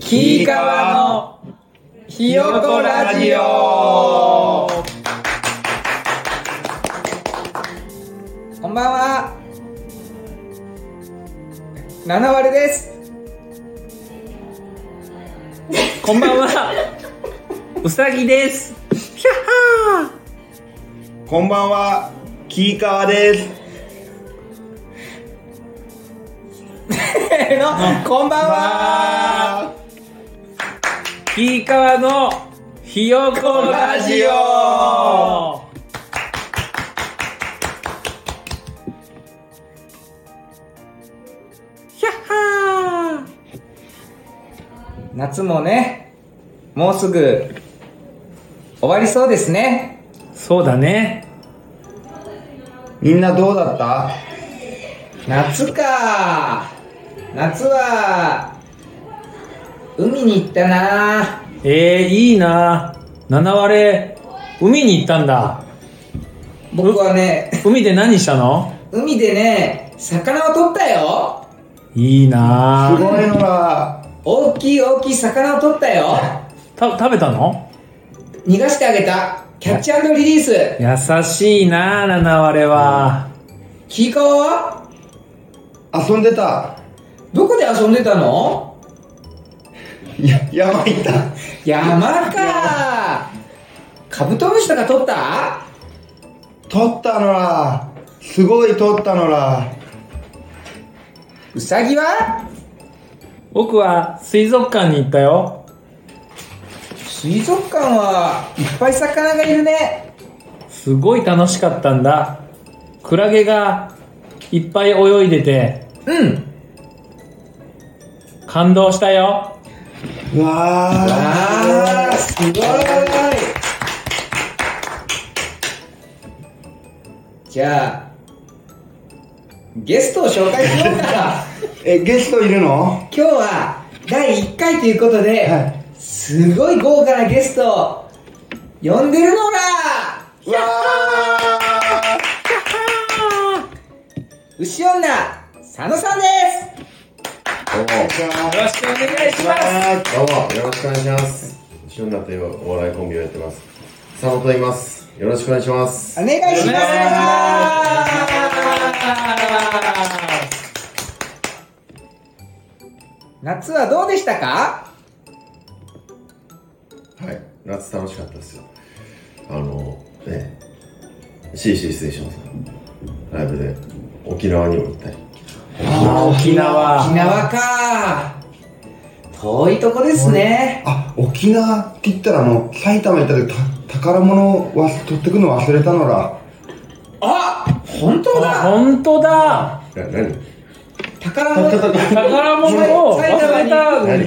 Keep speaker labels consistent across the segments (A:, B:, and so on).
A: ひいかわのひよこラジオこんばんは七割です
B: こんばんは。うさぎです。ひゃっは
C: こんばんは、キーカワです。
A: せーのこんばんは
B: ー。ひいかわのひよこラジオ。ひゃっは
A: 夏もねもうすぐ終わりそうですね
B: ー。そうだね。
C: みんなどうだった
A: 夏か夏は海に行ったな
B: えー、いいな。七割れ、海に行ったんだ。
A: 僕はね
B: 海で何したの
A: 海でね魚を取ったよ
B: いい
C: す
B: な。
C: ごいのが、
A: 大きい大きい魚を取ったよ
B: た食べたの
A: 逃がしてあげたキャッチリリース
B: 優しいな、七割れは。
A: キイカワは
C: 遊んでた。
A: どこで遊んでたの
C: や、山行った。
A: 山かカブトムシとか取った
C: 撮ったのら、すごい撮ったのら。
A: ウサギは
B: 僕は水族館に行ったよ
A: 水族館はいっぱい魚がいるね
B: すごい楽しかったんだクラゲがいっぱい泳いでて
A: うん
B: 感動したよ
C: うわー。
A: あーすごいじゃあゲストを紹介しようか
C: え、ゲストいるの
A: 今日は第1回ということで、
C: はい
A: すごい豪華なゲストを呼んでるのが
C: うわ
A: 牛女佐野さんで
D: どうも。
C: ー。
B: よろしくお願いします
D: どうも。よろしくお願いします。シュンナというお笑いコンビをやってます。佐野と言います。よろしくお願いします。
A: すお願いし
B: お願いし
A: ます夏はどうでしたか
D: はい。夏楽しかったですよ。あの、ね、CC ステーションさん、ライブで沖縄にも行ったり。
B: あー沖縄
A: 沖縄か遠いとこですね
C: あ、沖縄って言ったらもう、埼玉行った時、た宝物をわ取ってくの忘れたのら。
A: あ本当
B: あ
A: だ
B: 本当だ
D: な、何
A: 宝物
B: 宝物を忘れたん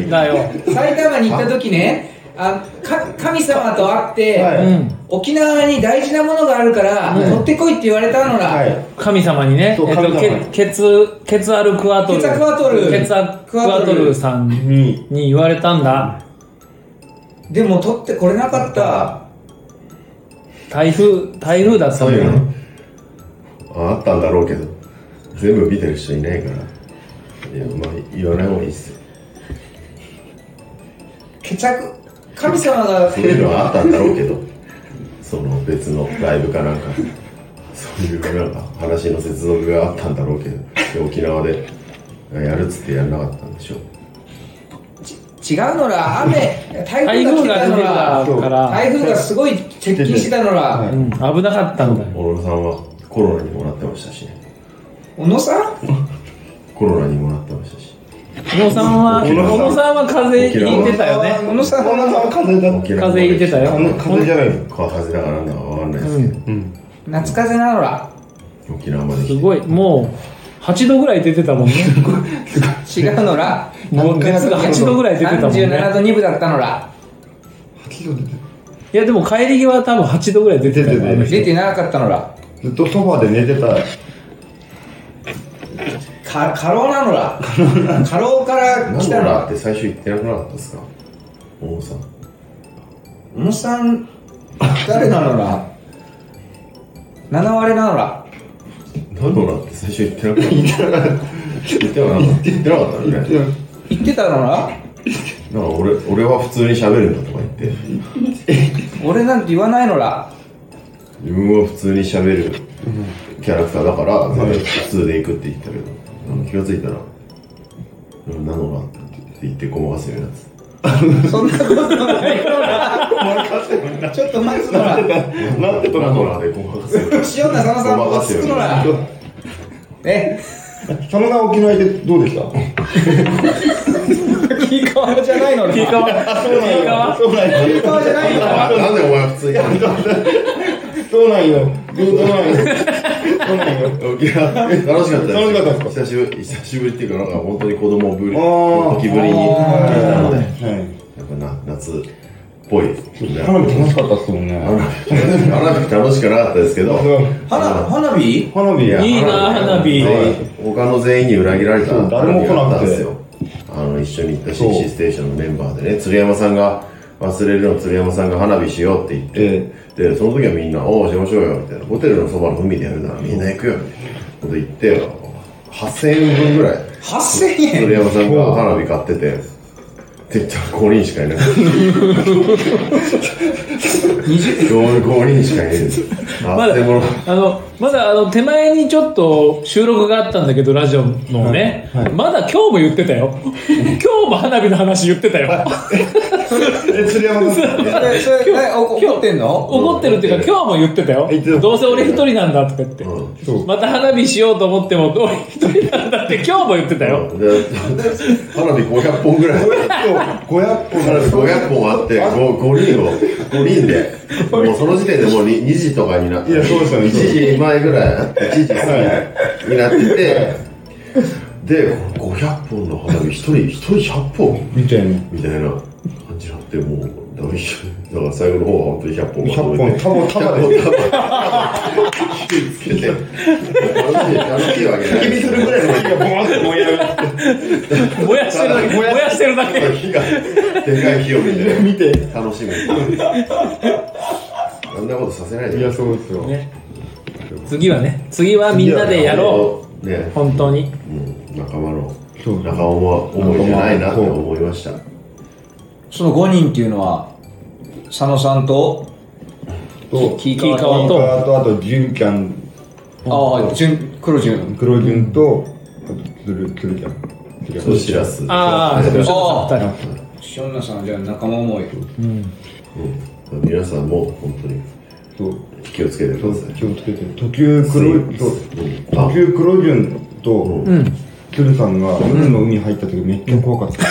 B: だよ
A: 埼玉に行った時ねあか神様と会って、
C: は
B: う
C: い
B: ん
A: 沖縄に大事なものがあるから、
B: うん
A: 取ってこいって言われたのら、
C: はい。
B: 神様にね、えっ
C: そう
B: と、
C: 神様
B: ケケツ、ケツアルクアトル。
A: ケツアクアトル
B: ケツアクアトルさん
C: に、
B: に言われたんだ。
A: でも取ってこれなかった
B: 台風、台風だった
D: そ
B: ん
D: う
B: だ
D: い
B: よ
D: う。のああったんだろうけど、全部見てる人いないから。いや、まあ、言わない方がいいっすよ。
A: 決着神様が
D: そういうのはあったんだろうけど、その別のライブかなんか、そういうなんか話の接続があったんだろうけど、で沖縄でやるっつってやらなかったんでしょう。
A: 違うのら雨台
B: 台
A: 風が
B: 風
A: 来たの
B: が出て
A: ら
B: たから。
A: 台風がすごい接近してたの
C: は
A: ら
C: い
B: うん、危なかったんだよ。
D: 小野さんはコロナにもらってましたしね、
A: 小野さん
D: コロナにもらってましたし、
B: 小野さんは、小
D: 沖縄
B: 野さんは風邪ひいてたよね。
C: 小野さん、小野さんは風邪だっ
D: 沖縄
B: 風邪ひいてた
D: よ。
C: た。あの
B: よ。
C: 風邪じゃないの。
D: 川風だからなんだかわかんないですけ
C: うん。
A: 夏風邪なのら
D: ど、沖縄まで来て
B: すごい、もう、8度ぐらい出てたもんね。
A: 違うのら
B: もう熱が8度ぐらい出てたもん
A: 37
B: ね。
A: 度2分だったのら
C: 8度出てる
B: いや、でも帰り際は多分8度ぐらい出てたよ
C: 出てた
B: あの人
A: 出てなかったのら
C: ずっとソファーで寝てた。
A: か過労なのら過労から
D: な
A: 来
D: ん
A: た
D: だ
A: の
D: らっ
A: ら
D: て最初言ってなくなかったですか小野さん。
A: 小野さん誰なのら7割なのら
D: なんだらって最初言ってなくなかった。言ってなかった。言ってなかったのね。
A: 言ってたのら
D: なんか俺俺は普通に喋るんだとか言って
A: 俺なんて言わないのら
D: 自分は普通に喋るキャラクターだから普通で行くって言ったけどなんか気がついたら「うんなのが」って言ってごまかすようになって
A: そんなことないのらちょっと待つのら
D: たなんでとなのらでごまかすようになった
A: 塩中野さん
D: ごま
A: 落
D: かす
A: ち
D: よ
A: 着く
D: うに
A: の
D: な
A: ら
D: った
A: え
C: その名沖縄行ってどうでした
B: キーカワ
A: じゃないのら
B: キーカワキーカワ
C: そうなんよ
A: そうじゃないのら
D: あなんでお前普通に
C: そうなんよそうなんよそうなんよ
D: 沖縄楽しかった
C: 楽しかったです
D: 久しぶり久しぶりっていうかなんか本当に子供ぶり
C: あー
D: 時ぶりに聞いたので
C: はい
D: やっぱな夏っ ぽいですね
C: 花火楽しかったっすもんね
D: 花火楽しくなかったです け
C: う
D: ど
C: ん
A: 花花火
C: 花火や
B: いいな花火
D: 他の全員に裏切られた
C: そう誰も来なくて
D: 花火だったんですよあの一緒に行った CC ステーションのメンバーでね鶴山さんが忘れるの鶴山さんが花火しようって言って、
C: え
D: でその時はみんな「おおしましょうよ」みたいなホテルのそばの海でやるならみんな行くよみたいなこと言って8000円分ぐらい
A: 8000
D: 鳥
A: 円
D: 山さんが花火買ってて、てっちゃん5人しかいなくて。5, 人しかいないです。
B: ま
D: あ
B: だ
D: でも、
B: あのまだあの手前にちょっと収録があったんだけどラジオのね、
C: はいはい
B: まだ今日も言ってたよ今日も花火の話言ってたよ
C: え釣り山さん
A: えそれえお怒ってんの
B: 怒ってるっていうか今日も言ってたよ
C: 言ってた
B: どうせ俺一人なんだとか言って、
D: うん
C: そう
B: また花火しようと思っても俺一人なんだって今日も言ってたよ、
D: で花火500本ぐらい。
C: 五百個
D: 花火500本あって、5, 人を、5人で、もうその時点でもう 2, 時とかになって、
C: いやそうですよね
D: 1時前ぐらい、1時過ぎになってて、で、500本の花火、1人、1人100本。
C: みたいな
D: みたいな感じになって、もう、だめだから最後の方は本当に100本
C: 100本多
D: 100
C: 分束で
D: 本束でつけて楽しい楽しいわけない
C: 焚き火するぐらいの火がボーンって燃え上がって
B: 燃やしてるだけ燃やしてるだけ
D: 火がでかい火を見て
C: 見て
D: 楽しむあんなことさせない
C: い
D: で
C: やそうですよ
B: ね次はね次はみんなでやろ
D: うね
B: う本当に
D: うん仲間の
C: そう
D: 仲間は思いじゃないなって思いました
A: その5人っていうのは佐野さんと
C: と
A: キー
B: キーカワ
C: あ
B: と
C: とあとあとジュンキャン
A: ああ純黒純
C: 黒ジュンとあとつるつるキャンつるキ
D: そ
C: ャ
D: う
C: ン
D: しらす
B: ああちょっと吉
A: あ
B: 田さん
A: 塩野さんじゃあ仲間思い
D: うん皆さんも本当に
C: そう
D: 気をつけて
C: そ
D: く
C: う
D: ださい
C: 気をつけて特急黒いと
D: うん
C: 特急黒ジュンと
D: うん
C: つるさんが夜の海入った時めっちゃ怖かった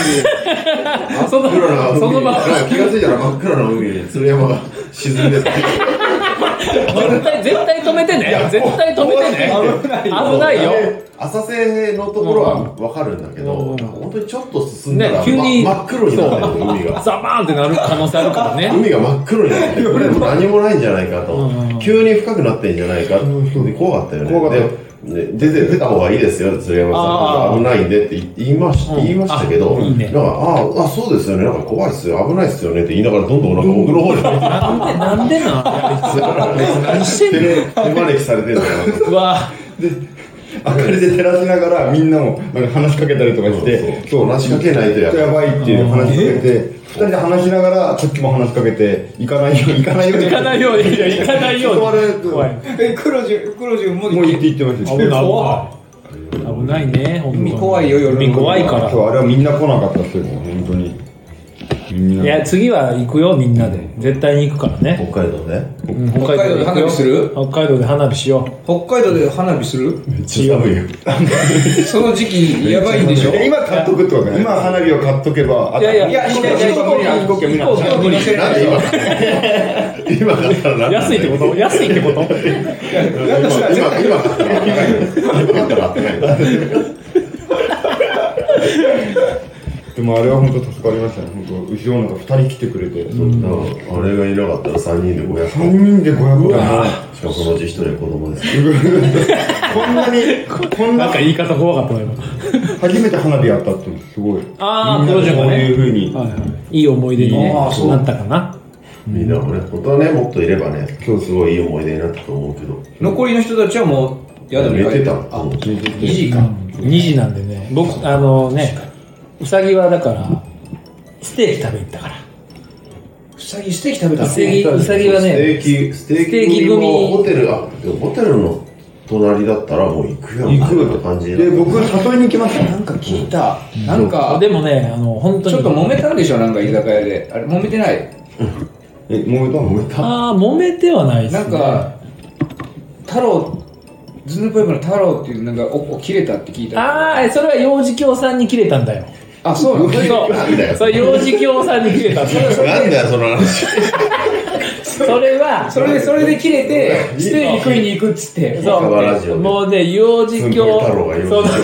B: あその
D: 真っ暗な海
B: その場
D: 気がついたら真っ暗な海に鶴山が沈んでた
B: 絶対絶対止めてね絶対止めてね危ない危ないよ
D: 浅瀬のところは分かるんだけど、
B: うん
D: 本当にちょっと進んだら、
B: ね急に
D: ま真っ黒になってるの海が
B: ザバーンってなる可能性あるからね
D: 海が真っ黒になって るも何もないんじゃないかと、
B: うん
D: 急に深くなってんじゃないかって、怖かったよね
C: 怖かった
D: でで出て出た方がいいですよ鶴山
B: あ
D: さ
B: ー
D: ん危ないんでって言いまし,、
B: うん
D: 言いましたけど
B: あいいね
D: なんかああそうですよねなんか怖いっすよ危ないっすよねって言いながらどんどんなんか奥の方に 入
B: なんでなんでな何し
D: って
B: てんの
D: 手手招きされてるのかなと
B: うわ
C: 明かりで照らしながらみんなもなんか話しかけたりとかして
D: そう話しかけないとやばい
C: やばいっていう話しかけて二人で話しながらこっちも話しかけて行かないように行かないように
B: 行かないようにいや行かないよ
C: 断
B: う
C: られ
B: に怖い
C: る
A: え黒純黒純も
C: もう行って行ってました
B: 危ない危ない危ないね本当に
A: 海怖いよ夜
B: 海怖いか
C: そう
B: ら
C: あれはみんな来なかったっすよ本当にみんない
B: や次は行くよみんなで絶対に行くからね、
D: 北海道ね
B: うん
A: 北海道で花火する
B: 北海道で花火しよ
A: 北海道で花火する
D: めっちゃ寒いよ
A: その時期やばいんでしょ
C: え今買っとくってことね今花火を買っとけば
B: ういやいや
A: いやいやいや
B: 飛行機
C: 飛行機
B: 飛行機
C: 飛行機
B: 飛行機
D: なんで 今今だったらなん
B: 安いってこと安いってこと
D: 今今今だったら暖かい今だったら暖かい
C: でもあれは本当助かりましたね本当後ろなんか2人来てくれて3
D: うんあれがいなかったら3人で500本
C: 人で500だ
D: しかもそのうち1人は子供です
C: こんなにこん
B: なん
C: な
B: か言い方怖かったわ今
C: 初めて花火やったっていうのすごい
B: あー
C: みんなで
B: プロジェクト
C: こう
B: ね
C: いうふうに
B: はいはいいい思い出にね
A: あーそう
B: なったかな
D: みんなもね本当はねもっといればね
C: そう
D: すごいいい思い出になったと思うけど
A: 残りの人たちはもう宿に
D: 寝
A: 帰
D: てた
A: あ
D: うん
A: 2時間
B: 2時なんでね僕あのねうさぎはだからステーキ食べに行ったから
A: うさぎステーキ食べたの
B: うさぎうさぎはね
D: ステーキ、ステ
B: ステ
D: ー
B: ー
D: キ
B: キ
D: 組
B: 組
D: もホテルが、でもホテルの隣だったらもう行くよみたいな感じ
C: で、僕、誘いに行きました。
A: なんか聞いた。なん
B: あ
A: か、
B: でもねあの本当
A: ち
B: に
A: ょっと揉めたんでしょなんか居酒屋で。あれ、揉めてない
C: え、もう歌
D: 揉めた
B: ああ揉めてはないですね
A: なんか、太郎、ズヌポイブの太郎っていう、なんか、お、お切れたって聞いた。
B: ああそれは幼児教さんに切れたんだよ
A: あ、そうなの
B: そう
D: なんだよ
B: それ幼児教さんに切れたんだよ
D: なんだよ、その話。
B: それは
A: それで、それで切れて、ステーキ食いに行くっつって。
B: そ
D: カバラジオ
B: う
D: で
B: もうね幼児教
D: 太郎が言う
B: そ
D: こ
B: う
D: と
B: だね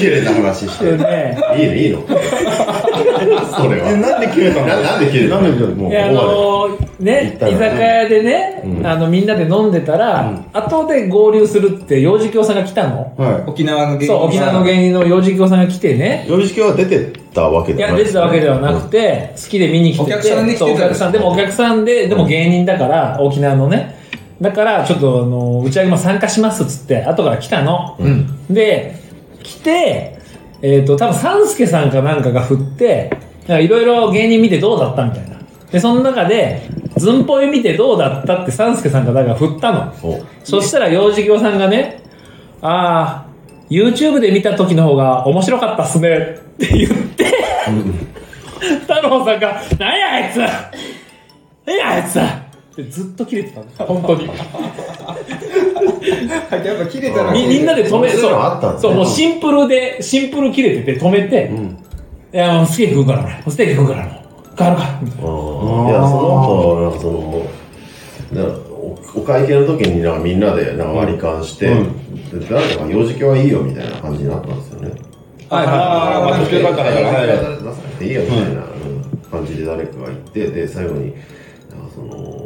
D: 切れた話してる。
B: ね
D: いいの、いいの。 そ
C: え、
D: れは。
C: なんで切れたの
D: ななんで切れたの
C: なんで切れた
D: もう
B: であのー
D: 行
B: ね
D: っ
B: 居
D: たら
B: 酒屋でね、
D: うん
B: あのみんなで飲んでたら、後で合流するって幼児教さんが来たの、
C: は
A: 沖縄の芸人。
B: そう沖縄の芸人の幼児教さんが来てね
D: 呼びつけは出てたわけ
B: い
D: じゃ
B: や
D: ない
B: 出てたわけではなくて、好きで見に来てて
A: お客さんで来てた
B: そうお客さんでもお客さんででも芸人だから沖縄のねだからちょっとあの打ち上げも参加しますっつって後から来たの、
A: うん。
B: で来てえっ、と多分三助さんかなんかが振ってなんかいろいろ芸人見てどうだったみたいなでその中でずんぽい見てどうだったって三助さんかなんか振ったの
D: お
B: そしたら幼児業さんがねああ YouTube で見た時の方が面白かったっすねって言って 太郎さんが「何やあいつ何やあいつ!」ってずっと切れてたの本当 に
A: はい、やっぱ切れたら。
B: みみんなで止め
D: そういうのあったん
B: そ
D: だ
B: うそうもうシンプルでシンプル切れてて止めて、いやもうステーキ食うから俺もうステーキ食うからもう変わるかみたい
D: あーいや、その後、なんかその、なんかおお会計の時になんかみんなでなんか割り勘して、で誰かが幼児教はいいよみたいな感じになったんですよね。
A: はいはい
C: あ
A: はい。
C: ー
A: なんか
C: よかったら
D: はい出さなくていいよみたいなうん感じで誰かが言って、で、最後に、なんかその、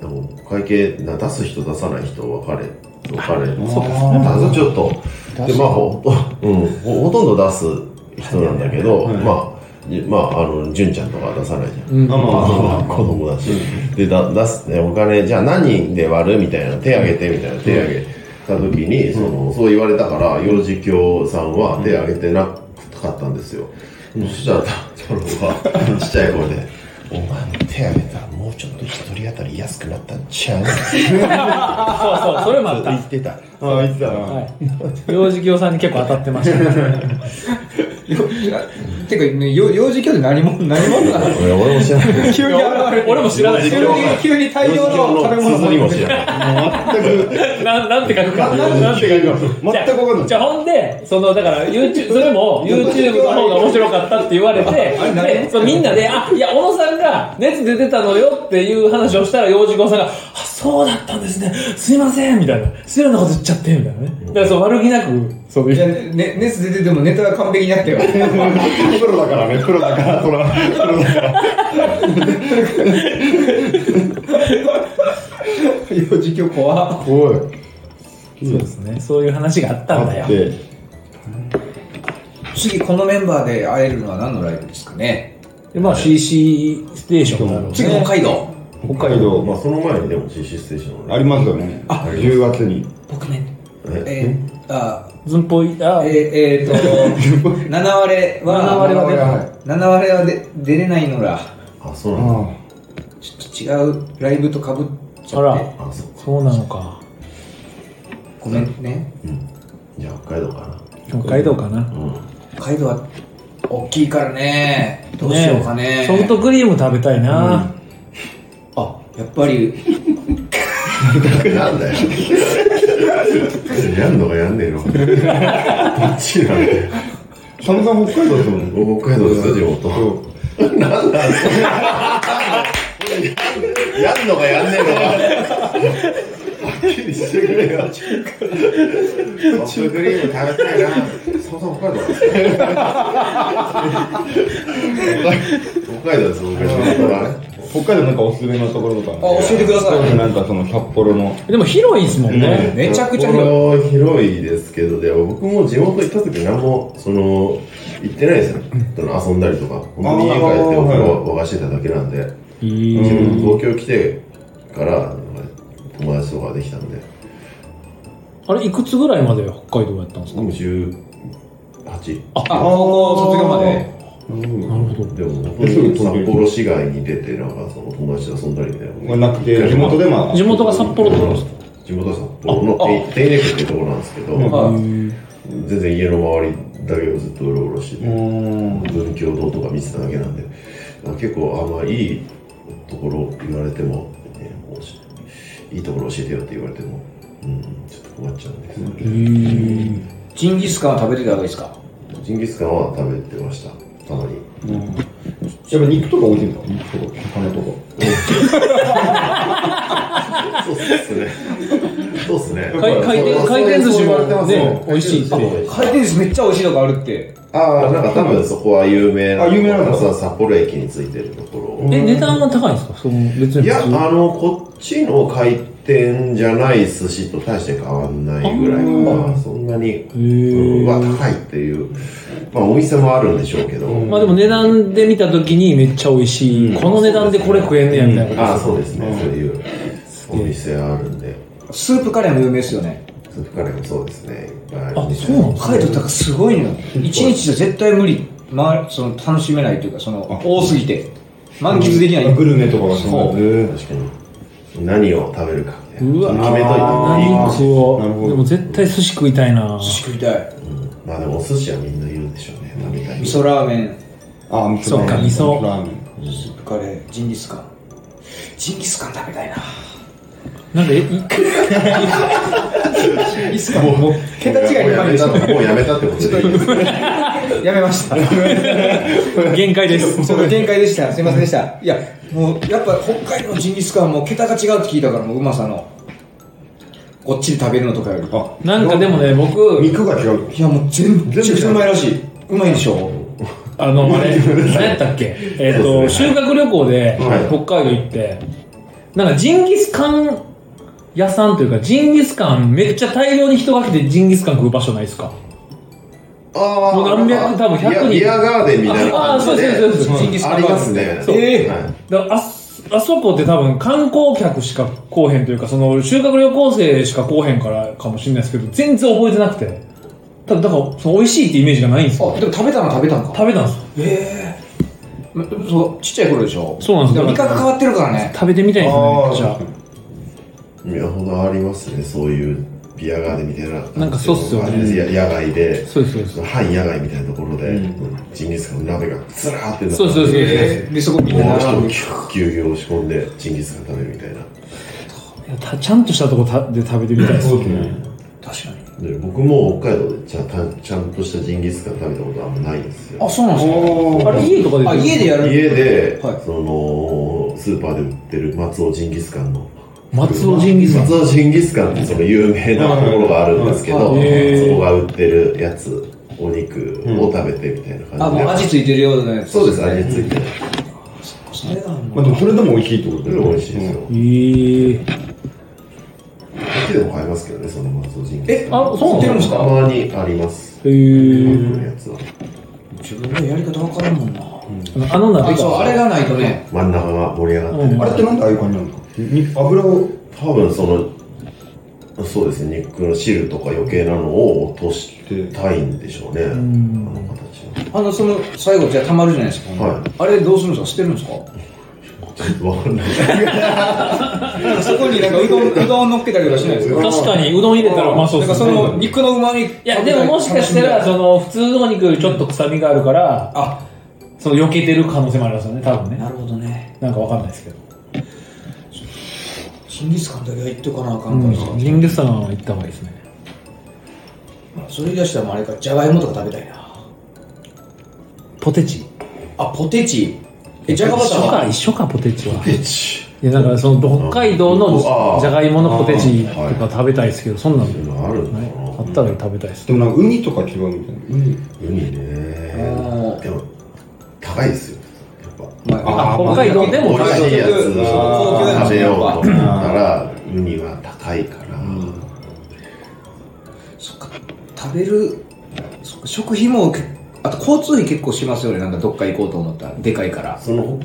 D: なんか会計、な出す人出さない人分かれ、分かれ、
B: そうです
C: ね
D: 出すちょっと、で、まあ、ほ, 、うん、ほほとんど出す人なんだけど、
C: はい
D: まあ、じまあ、あの、純ちゃんとか出さないじゃん。
C: い。まあま
D: ま
C: あま
D: あまあ子供だし。で、だ出すね、お金、じゃあ何人で割るみたいな、手挙げてみたいな、手挙げた時に、その、そう言われたから、幼児教さんは手挙げてなかったんですよ。そしたら、太郎が、ちっちゃい声で、お前も手挙げたらもうちょっと一人当たり安くなったんちゃう
B: なそうそうそれもあった、
D: 言ってた。
C: あ。ああ、言ってたな。
B: はい、幼児業さんに結構当たってま したね
A: よいやてか、ね、よ幼児教で何も、 何もなの
D: 俺俺も知らない。
A: 急に現れる。
B: 俺も知らない
A: 急に、急に大量の食べ物
D: 鈴にも知らな い。
B: ななんて書くか
C: な
B: なんて書くか
C: 全く分かんない
B: じゃあほんでそのだから YouTube それも YouTube の方が面白かったって言われて
A: な
B: でそうみんなで「あいや小野さんが熱出てたのよ」っていう話をしたら幼児子さんが「あそうだったんですねすいません」みたいな「失礼なこと言っちゃって」みたいなねだからそう悪気なくそう
A: いや、ね、熱出ててもネタは完璧にな ったよ。
C: プロだからね、プロだから、ほら、プロだから。
A: 幼児教怖
C: おい。
B: そうですねそういう話があったんだ
C: あ
B: よ
C: って、
A: 次、このメンバーで会えるのは何のライブですかね
B: でまあ CC ステーションだろう
A: 次、北海道。
C: 北海道、
D: まあ、その前にでも実施ステーション
C: ありますよね。あ、10月に。
A: 僕ね、
D: え
A: えー、あ、
B: ずんぽいあ
A: えー、えー、と、 七割れは、
B: 七割れはね
C: はい
A: 七割れはで出れないのら、
D: あ、そうなんだ。
C: あ
A: ちょっと違うライブとかぶっち
B: あ
A: ゃっ
B: ら
A: て、
D: あ、そうか。
B: そうなのか
A: ごめんね。
D: うん。じゃあ、北海道かな。
B: 北海道かな
D: うん。
A: 北海道は大きいからね、どうしようかね。
B: ソフトクリーム食べたいな、
A: あ、やっぱり、
D: なんだよ。やんのかやんねえのか。どっちなんだよ。
C: あ。佐野さん北海道ですもん。
D: 北海道ですよ、地元。なんだよ。やんのかやんねえのか。はっきりしてくれよ。ソフトクリーム食べたいな。そもそも北海道なんですか北海道です、僕は地元だね。
C: 北海道なんかおすすめのところとか。
A: あ教えてください
C: なんかその札幌の。
B: でも広いですもんね。
A: めちゃくちゃ広い。
D: 広い広いですけどでも僕も地元行った時何もその行ってないですよ、その遊んだりとか本当に家帰って僕は和菓子ただけなんで、
B: いい
D: 自分東京来てから友達とかできたんで
B: あれ、いくつぐらいまで北海道やったんですか
D: 僕も18
A: あ、高校卒業まで。
C: うん
B: なるほど
D: でも本当に札幌市外に出てなんかその友達と遊んだりみたい
C: ま
D: な
C: あなくて地元でまあ
B: 地元が札幌ってことですか
D: 地元は札幌の手手稲区っていうところなんですけど、全然家の周りだけをずっとうろうろしてて、
C: うん
D: 文教堂とか見てただけなんでなんか結構あんまいいところ言われても,、ね、もうしいいところ教えてよって言われても、うん、ちょっと困っちゃうんです、
A: ジンギスカンは食べてたわけですか
D: ジンギスカンは食べてましたたまに
C: やっぱ肉とか美味しいんですか肉とか魚とか
D: そうですねそうですね
B: 回回転
D: そうそう
B: 回転寿司も
D: そう言われ
B: ね
D: てます
B: 美味しいって
A: 回転寿司めっちゃ美味しいとこあるって
D: ああなんか多分そこは有名な
C: あ有名なんだ
D: そう札幌駅についてるところを
B: え値段は高いんですかその別に
D: いや、あの、こっちの回転じゃない寿司と大して変わんないぐらいかな。そんなに、うんは高いっていう。まあ、お店もあるんでしょうけど。
B: まあでも値段で見た時にめっちゃ美味しい、
D: うん
B: この値段でこれ食えんねやみたいな
D: ああ、そうですね。そういうお店あるんで。
A: スープカレーも有名ですよね
D: スープカレーもそうですね。いっぱいある
B: あ
D: んで
B: そうなんですか
A: 北海道とかすごいのよ一日じゃ絶対無理、まあ、その楽しめないというかその多すぎて満喫できない
C: グルメとかが
A: そう
C: う
D: 確かに。何を食べるかみたいな。
B: うわ
D: 決めといた方がいいか
B: 何
D: もしれない
B: 食お
C: なるほ
B: う
C: ど
B: でも絶対寿司食いたいな
A: 寿司食いたい
D: まあでもお寿司はみんな言うんでしょうね。食べたい。
A: 味噌ラーメン
C: あ味噌
B: そうか味噌
C: ラーメン
A: スープカレージンギスカンジンギスカン食べたいな
B: なんかえ一回
A: ジンギスカンもう桁違いに
D: もう
A: 感
D: やめ
A: じ
D: た
A: た
D: もうやめたってことでいいですね。
A: やめま した
B: 限 界です
A: ちょっと限界でしたすいませんでしたいやもうやっぱ北海道のジンギスカンも桁が違うって聞いたからもううまさのこっちで食べるのとかより
C: あ
B: なんかでもね僕
C: 肉が違う
A: いやもう全然うまいらしいうまいでしょ
B: あの あれ何やったっけえっ、
D: そう
B: と
D: です
B: 修学旅行で
D: はい
B: 北海道行ってなんかジンギスカン屋さんというかジンギスカンめっちゃ大量に人が来てジンギスカン食う場所ないですか
D: ああ。
B: もう何百多分100人
D: ビアガーデンみたいな
B: ああ
D: 感
B: そう
D: じ
B: です
D: で。
B: そうですそうです
A: ジンギスカン
D: ありますね。
B: そう
D: はい
B: だからああそこって多分観光客しか来おへんというかその修学旅行生しか来おへんからかもしれないですけど全然覚えてなくて多分だからその美味しいってイメージがないんですよ
A: あでも食べたの食べたんか
B: 食べたんですよ
A: ええそうちっちゃい頃でしょ
B: そうなんですよ
A: でも味覚変わってるからね
B: 食べてみたいですねめっちゃ
D: いや、ほどありますね、そういうビアガーデンみたいな。
B: なんかそうっすよね
D: や野外で、
B: そうですそうです
D: 半野外みたいなところで、ジンギスカンの鍋がずらーってなって
B: そうそうそうそう
A: ええでそこみん
D: も
A: な
D: う人
A: 並ん
D: を
A: で
D: ぎゅっぎゅうぎゅう押し込んで、ジンギスカン食べるみたいな。
B: いやたちゃんとしたとこたで食べてみたいです
C: そうですね
A: 確かに
D: で僕も北海道でちゃたちゃんとしたジンギスカン食べたことあんまないんですよ。
A: あそうなんです
C: お
B: あれ家とかで
A: かあ家でやる
D: 家で、
A: はい
D: そのスーパーで売ってる松尾ジンギスカンの
B: 松尾ジンギスカン
D: 松尾ジンギスカンってその有名なところがあるんですけど、
B: はいはい
D: そこが売ってるやつお肉を食べてみたいな感じで、
A: あもう味ついてるようなやつ
D: そうです味付いてる
A: それがあんの
C: まあでもそれでも美味しいってこと
D: それも美味しいですよ
C: よ
D: こ
B: えー、
D: っちでも買えますけどねその松尾ジンギ
A: え
D: スカン
B: あそう
A: 売ってるんです
D: た
A: か
D: まにあります
B: え
D: 韓
B: ー、
D: 国のやつは
A: 自分のやり方わからんもんな
B: あの鍋
A: あそう
B: が
A: あれがないとね
D: 真ん中が盛り上がってる、
B: うん
C: あれってなんでああいう感じなんですかに油を
D: 多分そのそうですね肉の汁とか余計なのを落としたいんでしょうね、
B: ん
D: あの形は
A: あのその最後じゃあたまるじゃないですか、
D: はい
A: あれどうするんですか捨てるんですか
D: ちょっとわかんない
A: そこになんかうどんうどん乗っけたりとかしないですか
B: 確かにうどん入れたらうまそう
A: なん
B: で
A: かそ
B: すね
A: の肉のうまみい
B: いやでももしかしたらその普通のお肉よりちょっと臭みがあるから
A: あ
B: その避けてる可能性もありますよね多分ね
A: なるほどね
B: なんかわかんないですけど、
A: ジンギスカンだけは言っとかなあかんからさ、
B: ジンギスカンは行った方がいいですね
A: それ出したらもうあれかじゃがいもとか食べたいな
B: ポテチ
A: あポテチえじゃがバ
B: 一
A: ター
B: 緒か
A: は
B: 一緒かポテチは
D: ペチ
B: いやだからその北海道の
D: あー
B: じゃがいものポテチと
D: あーはい
B: か食べたいですけどそんな
D: そういう
B: の
D: のあるのかな、
B: ねあったら食べたいです
C: でもなんかウニとか違うみたいなウニ
D: ウニね
A: うん
D: でも高いですよやっぱ
A: まあ
B: あ
C: あー
B: 北海道でも
D: 美味
B: 高
D: し
B: い
D: いやつを
A: 高級なやつ
D: 食べようと思ったらウニは高いから、
A: そっか食べるそっか食費もあと交通費結構しますよねなんかどっか行こうと思ったらでかいから
D: その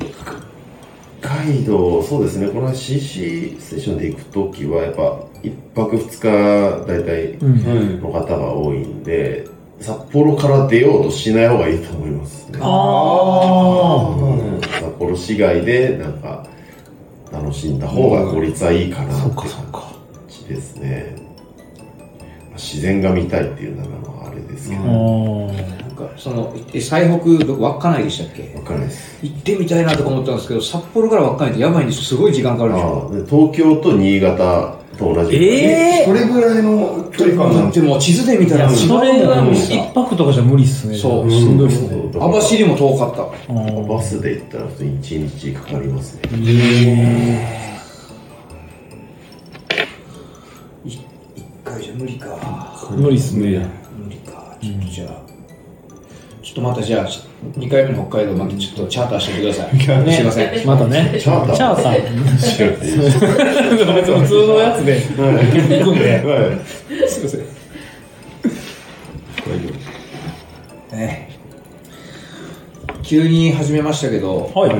D: 北海道そうですねこの CC ステーションで行く時はやっぱ1泊2日大体
B: うん
C: うん
D: の方が多いんで、札幌から出ようとしない方がいいと思いますね、
B: あ
D: うん札幌市外でなんか楽しんだ方が効率はいいかなって感じですね、まあ自然が見たいっていうならまああれですけど、
B: あ
D: わ
A: なんかそのえ最北どこ稚内でしたっけ
D: かんないです
A: 行ってみたいなとか思ったんですけど札幌から稚内ってやばいんですすごい時間かか
D: あ
A: るでしょ
D: ーで東京と新潟と同じ
B: え
C: それぐらいの距離感な
A: だ
C: ん
A: って
C: で
A: もう地図で見た
B: え
A: ら違
B: そうれ
A: も
B: が
A: んね
B: 一泊とかじゃ無理っすね
A: そう
B: しんどいっすね
D: うん
A: 網走も遠かった
B: あー
D: バスで行ったら普通に1日かかりますね
A: 一回じゃ無理か
B: 無理っすね
A: 無理かちょっとじゃあ、ちょっとまたじゃあ2回目の北海道またちょっとチャーターしてください、
B: ね
A: すいません
B: またね
D: チャーター
B: チャーター別 に普通のやつで行くんで
D: はい
A: すいませんね急に始めましたけど、
B: はい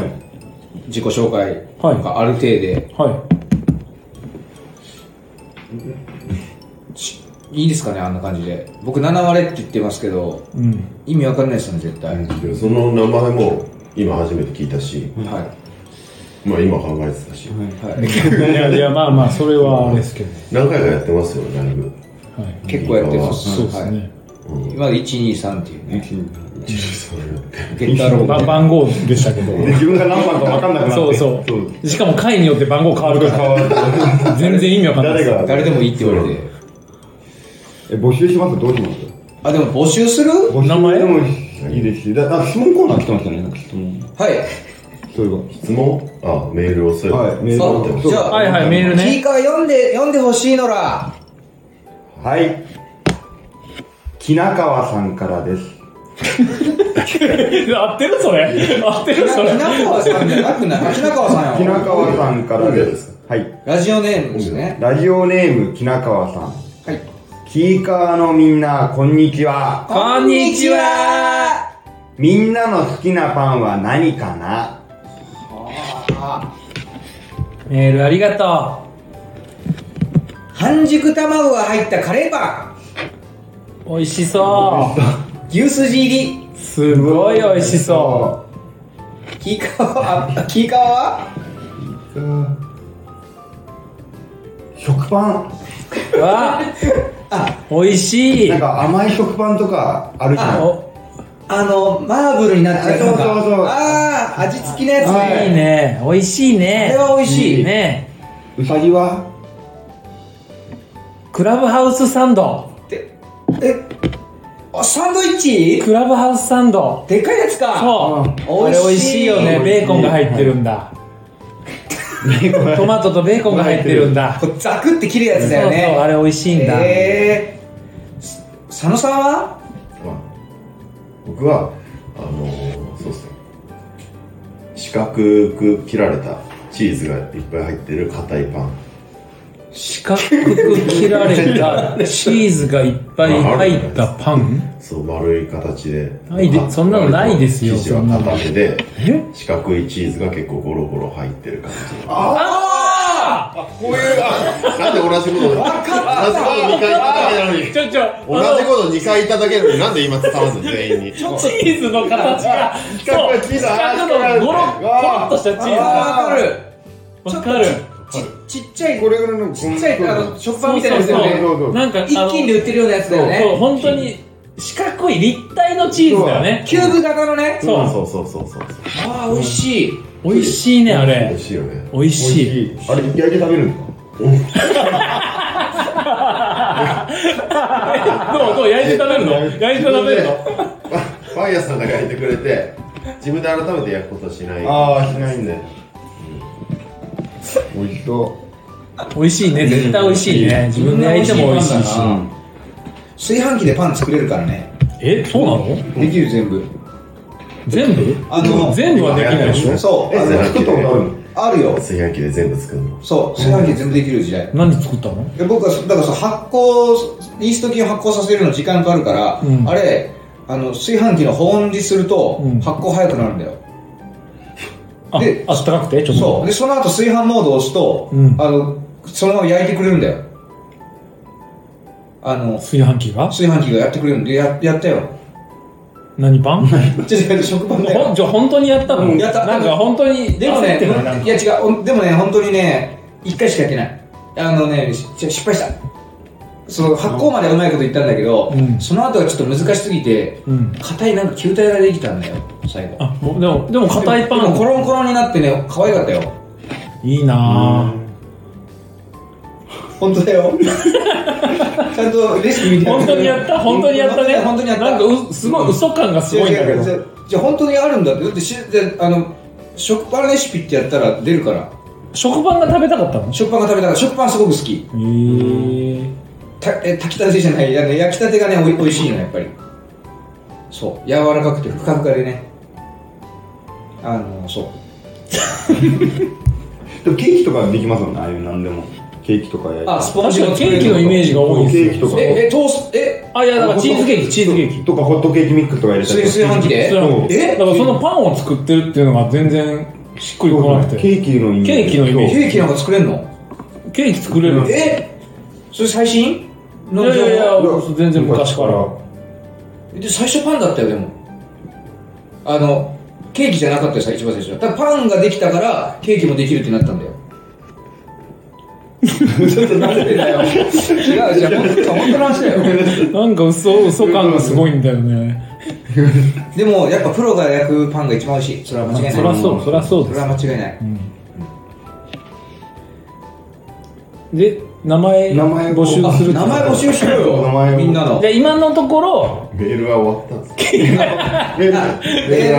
A: 自己紹介がある程度、
B: はい
A: しいいですかねあんな感じで僕7割れって言ってますけど
B: うん
A: 意味わかんないですよね絶対、
D: でもその名前も今初めて聞いたし、
A: は
D: まあ今考えてたし、
A: い、はい、
B: いやいやまあまあそれはあれですけど、
D: 何回かやってますよ、ライブ。
B: はい、
A: 結構やってます、
B: そうです
A: はい
B: ね、
D: うん。
A: 今まで123っていうね
D: そうやって
A: ゲッターロボ
B: ば番号でしたけ ど
C: 自分が何番か分かんなくなって
B: そうそうしかも回によって番号変わるか
C: 変わる
B: ら全然意味わかんないです
C: 誰が
A: 誰でもいいって言われて
C: え募集しますどうします
A: あでも募集するは
C: 募集
B: 名前
C: でもいいですしだだ質問コーナー来てましたねなんか質問
A: い
C: そうい
D: 質問あ、メールをす
C: え
D: る。
C: ばはいメールを
A: そう
C: そう
A: じゃあ
B: はいはいメール
A: キー
B: ね
A: カー読んで読んでほしいのら
C: はい木中川さんからです
B: 合ってるそれ合って
A: ひ
B: る
A: な
B: そ
A: ひ
B: れ
A: なかわさんじゃなくないひなかわさん
C: 木
A: や
C: 中
A: わ
C: 川さんから
D: 本名
C: で
D: です
C: すはい
A: ラジオネームですね
C: ラジオネーム木中川さん
A: はい
C: キーカーのみんなこんにちは
B: こんにちは
C: みんなの好きなパンは何かな
B: メールありがと
A: 半熟卵が入ったカレーパ
B: う美味しそ
A: ン牛すじ入り
B: うすごい美味しそ
A: キーカーはあキーカーは
C: うん食パ
B: うわ
A: あ
B: 美味し
C: ン
B: い
C: なんか甘い食パンとかあるじゃん
B: お
A: あのマーブルになってるのか
C: そうそうそう
A: ああ味付きのやつ
C: は
B: あいい
A: ね
B: ね美味しい
A: あ
B: ね
A: れは美味しい
B: ね
C: うさぎは
B: クラブハウスサンド
A: ってえあサンドイッチ
B: クラブハウスサンド
A: でかいやつか
B: そう
A: う
B: あ
A: ん
B: れ美味しいよね
C: 美味しい
B: ベーコンが入ってるんだトマトとベーコンが入ってるんだ
A: こうザクって切るやつだよね
B: そうそうあれ美味しいんだ
A: えー、佐野さんは
D: あ僕は、あのーそうですね。四角く切られたチーズがいっぱい入ってる硬いパン。
B: 四角く切られたチーズがいっぱい入ったパン
D: そう、丸い形で。
B: ないで
D: まあ
B: そんなのないですよ
D: 生地は硬めで、
B: え
D: 四角いチーズが結構ゴロゴロ入ってる感じ。
B: ああ
D: こういう、あなんで同じこと、同じこと2回言っただけなのに。
B: ちょちょあ
D: 同じこと2回言っただけなのになんで今伝わんの全員に。
B: のチーズの形が
D: 四角いチーズ
B: そう
D: あー
B: 四角のゴロッゴロッとしたチーズが
A: あーわかる
B: わかる
A: ちちっちゃい
C: これぐらいの
A: ちっちゃいあの食パンみたいなやつだ
B: そう
A: よね
C: そうそう
B: なんか
A: 一斤で売ってるようなやつだよ
B: あのそう
A: ね
B: 本当に四角い立体のチーズだよね
A: キューブ型のね
B: そう
D: そうそうそうそうそう。
A: ああ美味しい
B: 美味しいねあ
D: 美
B: れ
D: 味しいよね。
B: 美味
C: 美味
B: しい
C: しいあれ焼いて食べるんですか
B: どうどう焼いて食べるの焼いて食べるの
D: ファイヤーさんが焼いてくれて、自分で改めて焼くことはしない。
C: ああしないんだよ美味しそ
B: 美味しいね絶対美味しいね自分で焼いても美味しいし
A: う炊飯器でパン作れるからね
B: えそうなの
A: できる全部
B: 全部
A: あの
B: 全部はできないでしょ
A: そう
C: え
A: あ
D: 全部
A: の
C: 作ったことあるの
A: あるよ
D: 炊飯器で全部作るの。
A: そう炊飯器全部できる時代
B: 何作ったの
A: で僕はだからその発酵イースト菌を発酵させるの時間かかるから、
B: うん
A: あれあの炊飯器の保温にすると
B: うん
A: 発酵早くなるんだよ、
B: あ
A: で
B: あったかくてちょっ
A: そう
B: と
A: でその後炊飯モードを押すと、
B: うん
A: あのそのまま焼いてくれるんだよあの、
B: 炊飯器が
A: 炊飯器がやってくれるんで、ややったよ。
B: 何番
A: ちょっと食パンだ
B: ほん
A: よ。
B: じゃあ本当にやったの、
A: うんやった
B: なんか本当に
A: でも
B: 焦
A: ね
B: ってないなん、か
A: いや違う、おでもね、本当にね、一回しかやってない。あのね、しちょ失敗した。その発酵まではうまいこと言ったんだけど、
B: うん
A: その後がちょっと難しすぎて、
B: うん
A: 硬いなんか球体ができたんだよ、最後。
B: あもうでもでも硬いパ
A: でもコ
B: ン
A: ロンコロンになってね、可愛かったよ。
B: いいなぁ
A: 本当だ よ。 ちゃんとレシピ見て
B: 本当にやった本当にやったね
A: 本当にやった。
B: なんかうすごい嘘感がすごいんだけど
A: 違う違う違うじゃあ本当にあるんだって。だってしであの食パンレシピってやったら出るから。
B: 食パンが食べたかったの
A: 食パンが食べたから食パンすごく好き。
B: へー
A: たえ炊きたてじゃない、あの焼きたてがねおい美味しいのやっぱり。そう柔らかくてふかふかでね。あのそう。
C: でもケーキとかできますもんねああいうなんでもケーキとかや
A: あスポン
B: 確
A: ジ
B: か
A: を
B: に
A: 作
B: ケ
A: れる
B: ーキのイメージが多いんですよ
C: ケーキとか
A: ええトースえ
B: あいやだからチーズケーキチーズケーキ
C: とかホットケーキミックスとか入れた
A: 炊
C: り
A: 炊飯器で。
B: そう
A: え
B: だからそのパンを作ってるっていうのが全然しっくりこなくて
C: ケーキのイメージ
B: ケーキのイメージ
A: ケーキなんか作れんの？
B: ケーキ作れるい
A: えそれ最新の
B: やいやいや
C: いや
B: 全然昔から
A: で最初パンだったよでもあのケーキじゃなかったよさ一番最初はだからパンができたからケーキもできるってなったんだよちょっとなんでだよ違うじゃ本当本当の話だよ
B: なんか嘘嘘感がすごいんだよね
A: でもやっぱプロが焼くパンが一番美味しいそれは間違いない
B: そりゃそうそりゃそう
A: そ
B: で
A: れ
B: す
A: は間違いない
B: で名前
C: 名前を
B: 募集
A: あ
B: するって
A: 名前募集しろよ
C: 名前を
A: みんなの
B: で今のところ
D: メールは 終わったんですか
C: メール
A: メール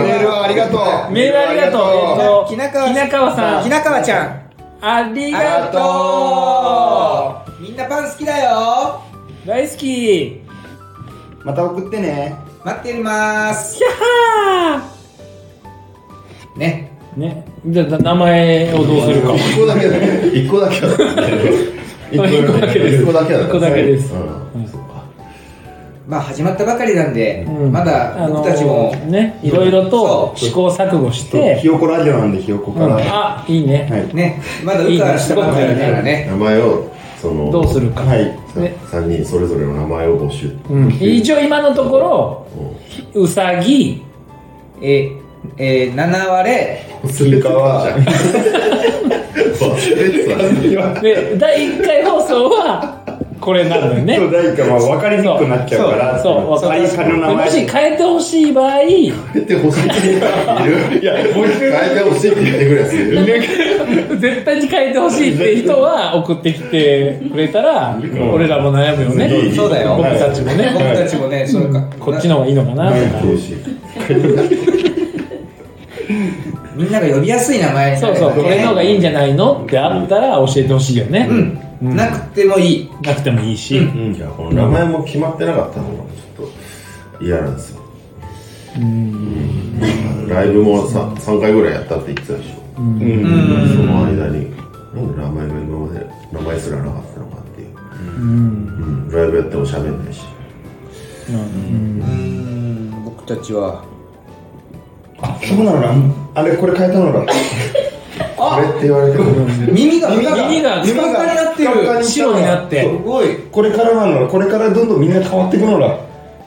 C: メールはありがとう
B: メールありがとうえっと
A: ひなかわ
B: ひなかわさん
A: ひなかわちゃん
B: あり
A: あり
B: がと
A: がとうみんなパン好きだよ
B: う大好き
C: また送ってね
A: 待ってます
B: キャハ
A: ね
B: ーねじゃあ名前をどうするか
D: 一個だけだね一個だけだね
B: 一個だけです
D: 一個だけだね
B: 一個だけです
D: うんそうか
A: まあ始まったばかりなんで、
B: うん
A: まだ
B: あの
A: 僕たちも、
B: ねいろいろと試行錯誤し
C: ひ
B: て
C: よこラジオなんでひよこ
B: う
C: か
B: ん
C: らは
B: あいいね
C: い
A: ねまだうかうしたばかりだからね
D: 名前をその
B: どうするか
C: はい
B: ね
D: 3人それぞれの名前を募集
B: うん一応今のところ
D: うん
B: うさぎ
A: ええー、7割れ
C: スイカは
D: 忘れてたね
B: で第1回放送はこれなのよね
C: そう第一回まあ分かりにくくなっちゃうから
B: そうわかり
C: 最下の名前
B: もし変えてほしい場合
D: 変えてほしいって言ういや変えてほしいって言ってくるやつい る
B: 絶対に変えてほしいって人は送ってきてくれたら俺らも悩むよね
A: そうだよ
B: 僕たちもね
A: 僕たちもね、それか
B: こっちの方がいいのかなとか
D: 変えてほしい
A: みんなが呼びやすい名前
B: そうそうこれの方がいいんじ
A: ゃ
B: ゃないのってあったら教えてほしいよね
A: うん、
B: うん
A: なくてもいい
B: なくてもいいし
D: うんいやこの名前も決まってなかったのがちょっと嫌なんですようんライブもさ3回ぐらいやったって言ってたでしょ、
C: う
A: うん
D: そ
A: ん
D: の間になんで名前が今まで名前すらなかったのかっていう、
B: うん
D: うん、ライブやっても喋んないし
B: うん
A: うん僕たちは
C: あそうなのかあれこれ変えたのか
D: これって言われても
A: 耳が
B: 耳が
A: ふかふかになってる
B: に白なって
C: そう
A: すごい
C: これからなのこれからどんどんみんな変わっていくのだ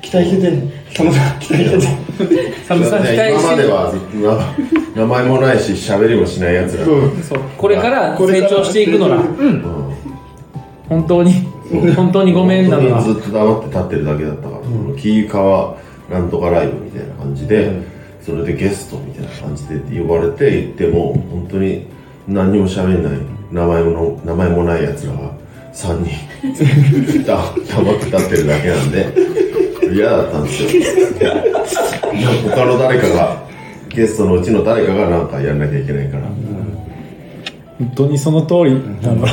C: 期待してて寒さん期待してて
B: 寒さ期待
D: 今まで
B: し
D: はずっとな名前もないし喋りもしないやつら、
C: そうう
B: そうこれから成長していくのら
C: うん
D: ん
B: 本当に本当にごめんなの
D: 本
B: は
D: 当にずっと黙って立ってるだけだったから、キーカワなんとかライブみたいな感じで、それでゲストみたいな感じで呼ばれて行っても本当に何にも喋んない名前も名前もないやつらが3人 だ黙って立ってるだけなんで嫌だったんですよ他の誰かがゲストのうちの誰かがなんかやんなきゃいけないから、
B: 本当にその通りなの
C: もうグ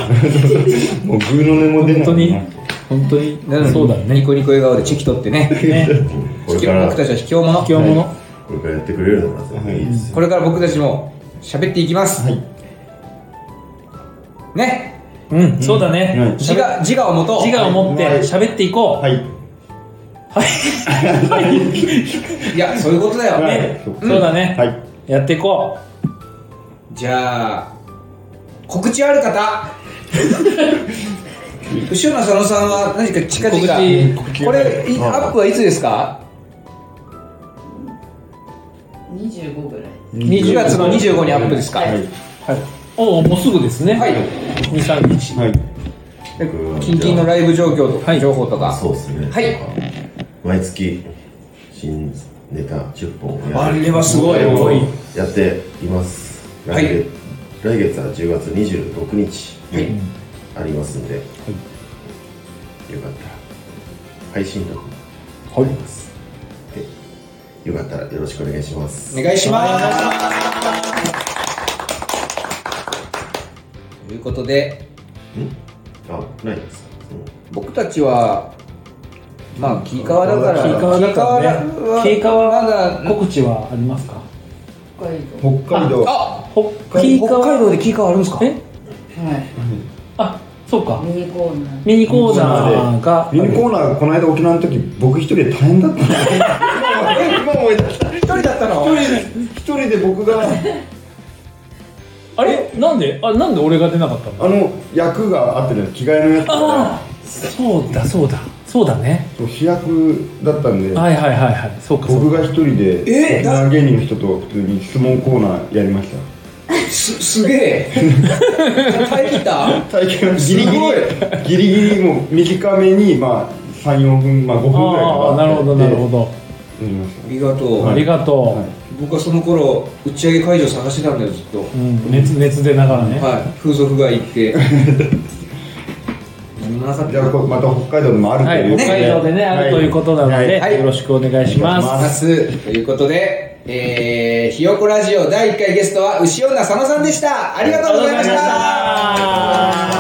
C: ーの音も出ない
B: 本当に本当にそうだね
A: ニコニコ笑顔でチェキ取ってね
B: ね
D: これから
A: 僕たちは卑怯者
B: 卑怯者
D: これからやってくれるのがいいですよ、
A: これから僕たちも喋っていきます、
C: はい
A: ね
B: うんそうだ
C: うん
B: ね
A: 自我自我を持とう
B: 自我を持って喋っていこう
C: はい
A: いやそういうことだよ、
C: はい
B: ねそうだね
C: はい
B: やっていこ
A: じゃあ告知ある方後ろの佐野さんは何か近
B: 告
A: 々
B: 知
A: これいアップはいつですか
E: 25ぐらい
A: 9月の25にアップですか
E: はい
B: おおもうすぐですね
A: はい
B: 23日
C: はい。
A: 近々のライブ状況と
B: はい
A: 情報とか
D: そうですね。
A: はい
D: 毎月、新ネタ10本を
A: あれはすごい
B: 多い
D: やっています。
A: はい
D: 来月、来月は10月26日にありますんで、よかったら、配信録もあります。で、よかったらよろしくお願いします。
A: お願いしますということで
D: あ、ないですかその
A: 僕たちはまあキーカワだから
B: キーカワだからねキーカワ
A: まだ
B: 告知はありますか
E: 北海
C: 北海
E: 道
C: 道。
A: あ
B: 北
A: 北
B: キ
A: 海
B: ーカワ
A: 道でキーカワあるんですか
B: え
E: はい
B: あそうか
E: ミニコーナー
B: ミニコーナーが
C: ミニコーナーがこの間沖縄の時、僕一人で大変だったんだ 今思い出した。
A: 一人だったの
C: 一人で僕が、
B: あれなんであなんで俺が出なかったんだ
C: あの、役があってね、着替えのやつ
B: ああそうだそうだそうだね
C: そう主役だったんで、
B: はいはいはいはいそうかそう
C: 僕
B: か
C: が一人で、
A: え
C: 沖縄芸人の人と普通に質問コーナーやりました。
A: すすげえ耐えきった
C: 体験ギリギリ、ギリギリもう短めに、まあ、3、4分、まあ5分ぐらい
B: あ
C: か
B: あー
C: な
B: なるほどなるほど
C: ど。やりまし
A: ありがとう、
B: ありが
C: た。
B: と
C: は
A: 僕はその頃打ち上げ会場探してたんだよずっと、
B: う、うん、熱熱出ながらね、
A: はい風俗が行って 何もなかっ
C: い
A: た
C: じゃあ、これまた北海道でもあると
B: はい
C: いう、
B: 北海道でね、あるということなので、
A: はい
B: よろしくお願いします。
C: は
A: ますということで、えー、ひよこラジオ第1回ゲストは牛女佐野さんでしたありがとうございました
B: ありがとうございました